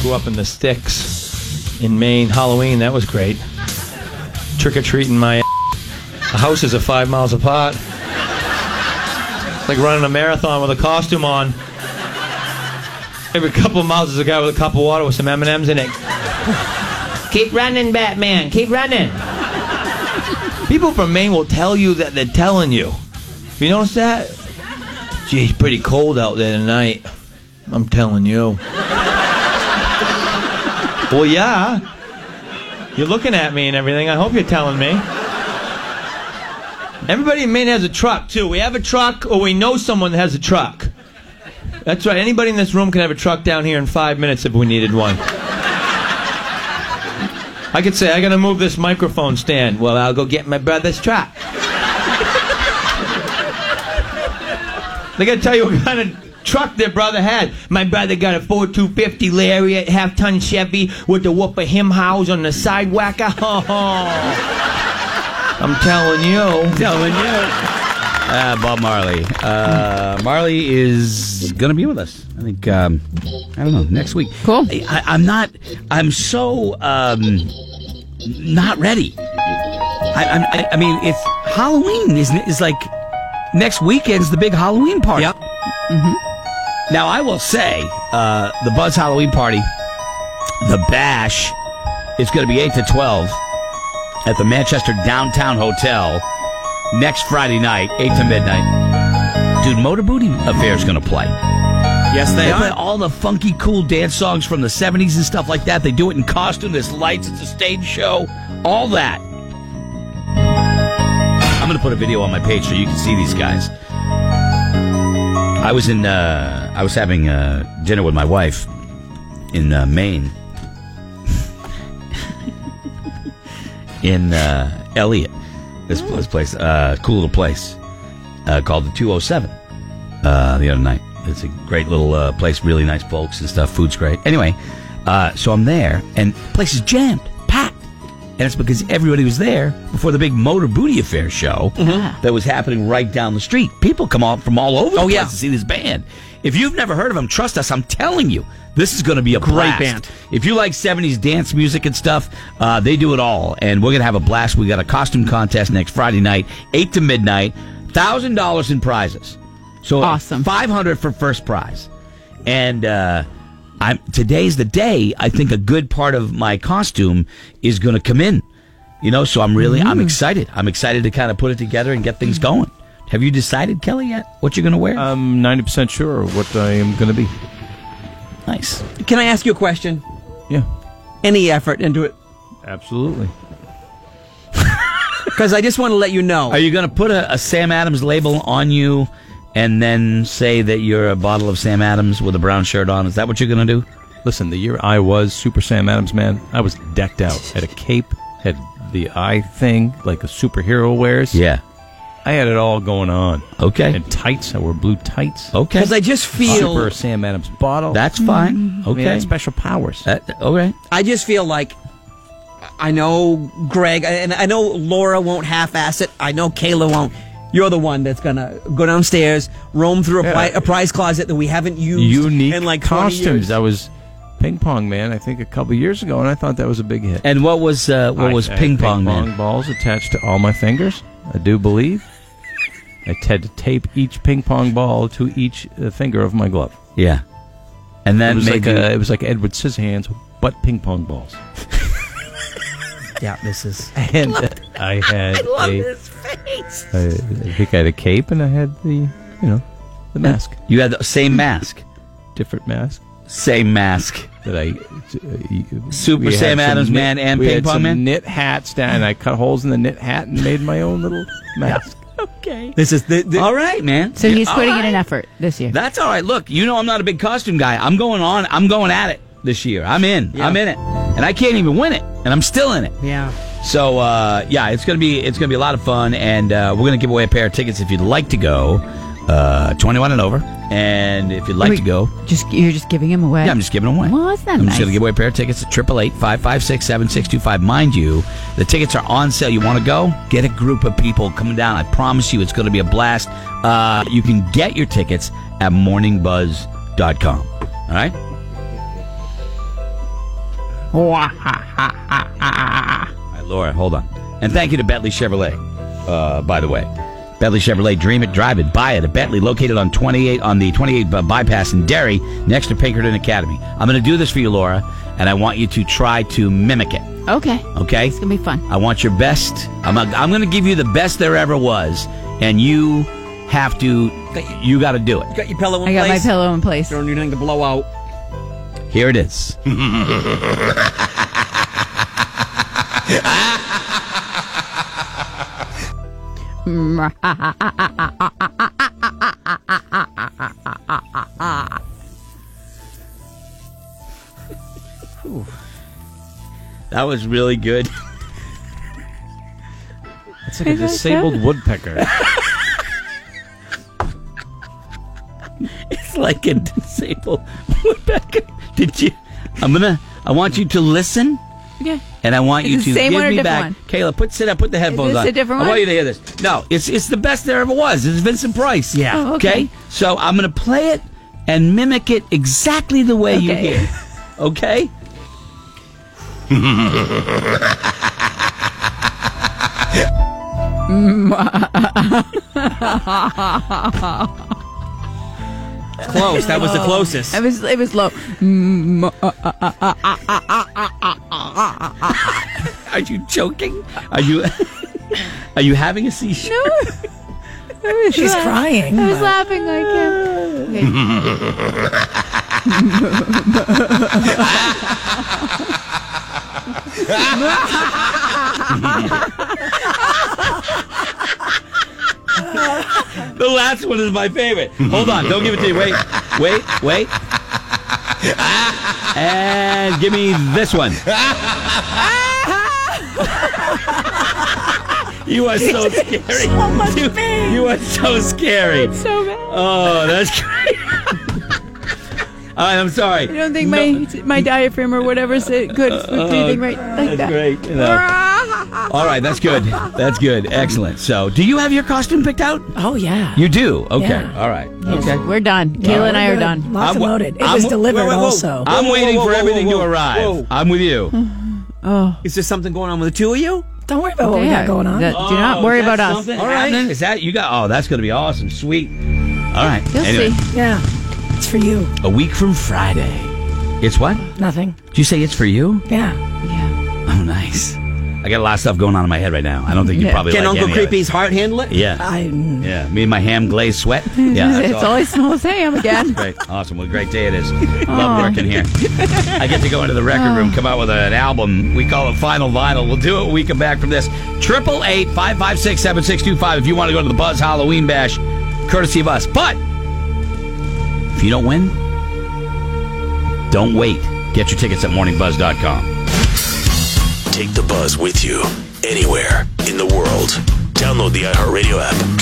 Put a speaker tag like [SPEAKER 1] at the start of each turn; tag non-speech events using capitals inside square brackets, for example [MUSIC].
[SPEAKER 1] grew up in the sticks in Maine. Halloween, that was great. Trick or treating my ass. The houses are five miles apart. It's like running a marathon with a costume on. Every couple of miles, there's a guy with a cup of water with some M and M's in it. Keep running, Batman. Keep running. People from Maine will tell you that they're telling you. You notice that? Gee, it's pretty cold out there tonight. I'm telling you. well, yeah. You're looking at me and everything. I hope you're telling me. Everybody in Maine has a truck, too. We have a truck, or we know someone that has a truck. That's right. Anybody in this room can have a truck down here in five minutes if we needed one. I could say, I gotta move this microphone stand. Well, I'll go get my brother's truck. they gotta tell you what kind of truck their brother had. My brother got a 4250 Lariat half ton Chevy with the whoop of him house on the sidewalk. [LAUGHS] Oh, I'm telling you. Telling you.
[SPEAKER 2] Uh, Bob Marley. Uh, Marley is going to be with us. I think. Um, I don't know. Next week.
[SPEAKER 3] Cool.
[SPEAKER 2] I, I, I'm not. I'm so um, not ready. I, I'm- I, I mean, it's Halloween. Isn't it? Is like next weekend's the big Halloween party. Yep. Mm-hmm. Now I will say uh, the Buzz Halloween party, the Bash, is going to be eight to twelve at the Manchester Downtown Hotel next Friday night, 8 to midnight. Dude, Motor Booty Affair's going to play.
[SPEAKER 4] Yes,
[SPEAKER 2] They,
[SPEAKER 4] they
[SPEAKER 2] play
[SPEAKER 4] are.
[SPEAKER 2] all the funky, cool dance songs from the 70s and stuff like that. They do it in costume. There's lights. It's a stage show. All that. I'm going to put a video on my page so you can see these guys. I was in, uh, I was having uh, dinner with my wife in uh, Maine. [LAUGHS] in uh, Elliot, this, this place, uh, cool little place uh, called the 207 uh, the other night. It's a great little uh, place, really nice folks and stuff. Food's great. Anyway, uh, so I'm there, and place is jammed, packed, and it's because everybody was there before the big Motor Booty Affair show that was happening right down the street. People come all from all over the
[SPEAKER 4] Mm-hmm. Oh,
[SPEAKER 2] place
[SPEAKER 4] yeah.
[SPEAKER 2] to see this band. If you've never heard of them, trust us. I'm telling you, this is going to be a blast.
[SPEAKER 4] band.
[SPEAKER 2] If you like 70s dance music and stuff, uh, they do it all. And we're going to have a blast. We got a costume contest next Friday night, 8 to midnight, $1,000 in prizes. So
[SPEAKER 3] Awesome.
[SPEAKER 2] 500 for first prize. And uh, I'm today's the day I think a good part of my costume is going to come in. You know, so I'm really I'm excited. I'm excited to kind of put it together and get things going. Have you decided, Kelly, yet what you're going to wear?
[SPEAKER 5] I'm 90% sure what I am going to be.
[SPEAKER 2] nice.
[SPEAKER 4] Can I ask you a question?
[SPEAKER 5] Yeah,
[SPEAKER 4] Any effort into it?
[SPEAKER 5] absolutely.
[SPEAKER 4] Because I just want to let you know.
[SPEAKER 2] Are you going to put a, a Sam Adams label on you and then say that you're a bottle of Sam Adams with a brown shirt on? Is that what you're going to do?
[SPEAKER 5] Listen, the year I was Super Sam Adams man, I was decked out. Had a cape, had the eye thing like a superhero wears.
[SPEAKER 2] Yeah.
[SPEAKER 5] I had it all going on.
[SPEAKER 2] Okay.
[SPEAKER 5] And tights, I wore blue tights.
[SPEAKER 2] Okay.
[SPEAKER 4] Because I just feel.
[SPEAKER 5] Super Sam Adams bottle.
[SPEAKER 2] That's fine.
[SPEAKER 5] I mean,
[SPEAKER 2] Okay.
[SPEAKER 5] that's special powers.
[SPEAKER 2] That- okay.
[SPEAKER 4] I just feel like I know Greg and I know Laura won't half-ass it. I know Kayla won't. You're the one that's gonna go downstairs, roam through a, pri-
[SPEAKER 5] Yeah.
[SPEAKER 4] a prize closet that we haven't used
[SPEAKER 5] Unique
[SPEAKER 4] in like 20
[SPEAKER 5] costumes.
[SPEAKER 4] years.
[SPEAKER 5] I was ping pong man, I think a couple years ago, and I thought that was a big hit.
[SPEAKER 2] And what was uh, what
[SPEAKER 5] I
[SPEAKER 2] was
[SPEAKER 5] had
[SPEAKER 2] ping pong
[SPEAKER 5] pong
[SPEAKER 2] man?
[SPEAKER 5] balls attached to all my fingers. I do believe. I had to tape each ping pong ball to each uh, finger of my glove.
[SPEAKER 2] Yeah. And
[SPEAKER 5] It
[SPEAKER 2] then
[SPEAKER 5] was like
[SPEAKER 2] maybe
[SPEAKER 5] uh it was like Edward Scissorhands, but ping
[SPEAKER 2] [LAUGHS]
[SPEAKER 5] pong balls.
[SPEAKER 4] Yeah, this is.
[SPEAKER 5] And uh,
[SPEAKER 2] [LAUGHS]
[SPEAKER 5] I had a, I, I think I had a cape and I had the you know the mask,
[SPEAKER 2] you had the same mask,
[SPEAKER 5] different mask
[SPEAKER 2] same mask.
[SPEAKER 5] that I uh,
[SPEAKER 2] Super
[SPEAKER 5] we had
[SPEAKER 2] Sam
[SPEAKER 5] some
[SPEAKER 2] Adams
[SPEAKER 5] knit-
[SPEAKER 2] man and
[SPEAKER 5] we
[SPEAKER 2] ping
[SPEAKER 5] had
[SPEAKER 2] pong
[SPEAKER 5] some
[SPEAKER 2] man?
[SPEAKER 5] knit hats down. And I cut holes in the knit hat and made my own
[SPEAKER 2] [LAUGHS]
[SPEAKER 5] little mask.
[SPEAKER 3] Okay.
[SPEAKER 4] This is the, the-
[SPEAKER 2] All right, man.
[SPEAKER 3] So he's
[SPEAKER 2] All
[SPEAKER 3] putting
[SPEAKER 2] right.
[SPEAKER 3] in an effort this year.
[SPEAKER 2] That's all right. Look, you know I'm not a big costume guy. I'm going on. I'm going at it this year. I'm in.
[SPEAKER 4] Yeah.
[SPEAKER 2] I'm in it, and I can't even win it, and I'm still in it.
[SPEAKER 4] yeah.
[SPEAKER 2] So uh, yeah, it's gonna be it's gonna be a lot of fun, and uh, we're gonna give away a pair of tickets if you'd like to go, uh, 21 and over, and if you'd like
[SPEAKER 3] Wait.
[SPEAKER 2] to go,
[SPEAKER 3] just you're just giving him away.
[SPEAKER 2] Yeah, I'm just giving them away.
[SPEAKER 3] Well, that's not
[SPEAKER 2] I'm
[SPEAKER 3] nice.
[SPEAKER 2] just going to give away a pair of tickets at 888-556-7625. Mind you, the tickets are on sale. You want to go? Get a group of people coming down. I promise you it's going to be a blast. Uh, you can get your tickets at morningbuzz.com. All right? All right, Laura, hold on. And thank you to Bentley Chevrolet, uh, by the way. Bentley Chevrolet, dream it, drive it, buy it. A Bentley located on 28 on the 28 by- bypass in Derry, next to Pinkerton Academy. I'm going to do this for you, Laura, and I want you to try to mimic it.
[SPEAKER 3] Okay.
[SPEAKER 2] Okay.
[SPEAKER 3] It's gonna be fun.
[SPEAKER 2] I want your best. I'm, I'm going to give you the best there ever was, and you have to. You got to do it.
[SPEAKER 4] Got your pillow in
[SPEAKER 3] I got my
[SPEAKER 4] place.
[SPEAKER 3] pillow in place.
[SPEAKER 4] Don't do anything to blow out.
[SPEAKER 2] Here it is. [LAUGHS] That was really good.
[SPEAKER 5] It's like a
[SPEAKER 3] thought so.
[SPEAKER 5] disabled woodpecker.
[SPEAKER 2] It's like a disabled woodpecker. Did you? I'm gonna. I want you to listen,
[SPEAKER 3] Okay.
[SPEAKER 2] and I want
[SPEAKER 3] Is
[SPEAKER 2] you
[SPEAKER 3] it
[SPEAKER 2] to
[SPEAKER 3] the same
[SPEAKER 2] give
[SPEAKER 3] one or
[SPEAKER 2] me
[SPEAKER 3] different
[SPEAKER 2] back.
[SPEAKER 3] one?
[SPEAKER 2] Kayla, put sit up. Put the headphones
[SPEAKER 3] this
[SPEAKER 2] on.
[SPEAKER 3] a different
[SPEAKER 2] I
[SPEAKER 3] one?
[SPEAKER 2] want you to hear this. No, it's it's the best there ever was. It's Vincent Price.
[SPEAKER 4] Yeah.
[SPEAKER 3] Oh, okay.
[SPEAKER 2] So I'm gonna play it and mimic it exactly the way you
[SPEAKER 3] Okay.
[SPEAKER 2] hear. it. Okay.
[SPEAKER 4] Close. That was the closest.
[SPEAKER 3] It was it was low.
[SPEAKER 2] Are you joking? Are you? [LAUGHS] Are you having a seizure?
[SPEAKER 3] [LAUGHS] She's crying. I was laughing like him. Okay.
[SPEAKER 2] The last one is my favorite. Hold on, don't give it to you. Wait, wait, wait. And give me this one. You are
[SPEAKER 6] [LAUGHS]
[SPEAKER 2] so scary. So much you, you are so scary.
[SPEAKER 3] So bad.
[SPEAKER 2] Oh, that's [LAUGHS] great. All right, I'm sorry.
[SPEAKER 3] I don't think my my diaphragm or whatever's it good for breathing right like
[SPEAKER 2] Uh-huh. That's
[SPEAKER 3] that.
[SPEAKER 2] great. you
[SPEAKER 3] [LAUGHS]
[SPEAKER 2] know. All right, that's good. That's good. Excellent. So, do you have your costume picked out?
[SPEAKER 6] Oh yeah.
[SPEAKER 2] You do. Okay.
[SPEAKER 6] Yeah.
[SPEAKER 2] All right. Okay.
[SPEAKER 3] We're done. Kayla and I are done.
[SPEAKER 6] Lots
[SPEAKER 2] wa-
[SPEAKER 6] of loaded. It
[SPEAKER 2] I'm
[SPEAKER 6] was
[SPEAKER 2] wa-
[SPEAKER 6] delivered
[SPEAKER 2] wait, wait, whoa.
[SPEAKER 6] also.
[SPEAKER 2] I'm
[SPEAKER 4] Whoa, whoa,
[SPEAKER 2] waiting
[SPEAKER 4] whoa,
[SPEAKER 2] for
[SPEAKER 4] whoa,
[SPEAKER 2] everything
[SPEAKER 4] whoa,
[SPEAKER 2] to
[SPEAKER 4] whoa.
[SPEAKER 2] arrive.
[SPEAKER 4] Whoa.
[SPEAKER 2] I'm with you.
[SPEAKER 4] Is there something going on with the two of you?
[SPEAKER 6] Don't worry about what we
[SPEAKER 3] Yeah.
[SPEAKER 6] got going on.
[SPEAKER 3] That- do
[SPEAKER 2] Oh,
[SPEAKER 3] not worry about us.
[SPEAKER 2] All right. Is that you got? Oh, that's going to be awesome. Sweet. All right.
[SPEAKER 3] You'll
[SPEAKER 2] Anyway,
[SPEAKER 3] see.
[SPEAKER 6] yeah. It's for you.
[SPEAKER 2] A week from Friday. It's what?
[SPEAKER 6] Nothing.
[SPEAKER 2] Did you say it's for you?
[SPEAKER 6] Yeah.
[SPEAKER 2] Oh, nice. I got a lot of stuff going on in my head right now. I don't think you
[SPEAKER 3] Yeah.
[SPEAKER 2] probably
[SPEAKER 4] Can
[SPEAKER 2] like
[SPEAKER 4] Uncle
[SPEAKER 2] any of it.
[SPEAKER 4] Creepy's heart handle it?
[SPEAKER 2] Yeah.
[SPEAKER 6] I. mm,
[SPEAKER 2] Yeah. Me and my ham glazed sweat. Yeah. that's
[SPEAKER 3] [LAUGHS] It's
[SPEAKER 2] awesome.
[SPEAKER 3] always smells
[SPEAKER 2] [LAUGHS]
[SPEAKER 3] ham again.
[SPEAKER 2] Great. Awesome. What a great day it is. Love working here. I get to go into the record room, come out with an album. We call it Final Vinyl. We'll do it when we come back from this. 888 556 7625 if you want to go to the Buzz Halloween Bash, courtesy of us. But if you don't win, don't wait. Get your tickets at morningbuzz.com.
[SPEAKER 7] Take the buzz with you anywhere in the world. Download the iHeartRadio app for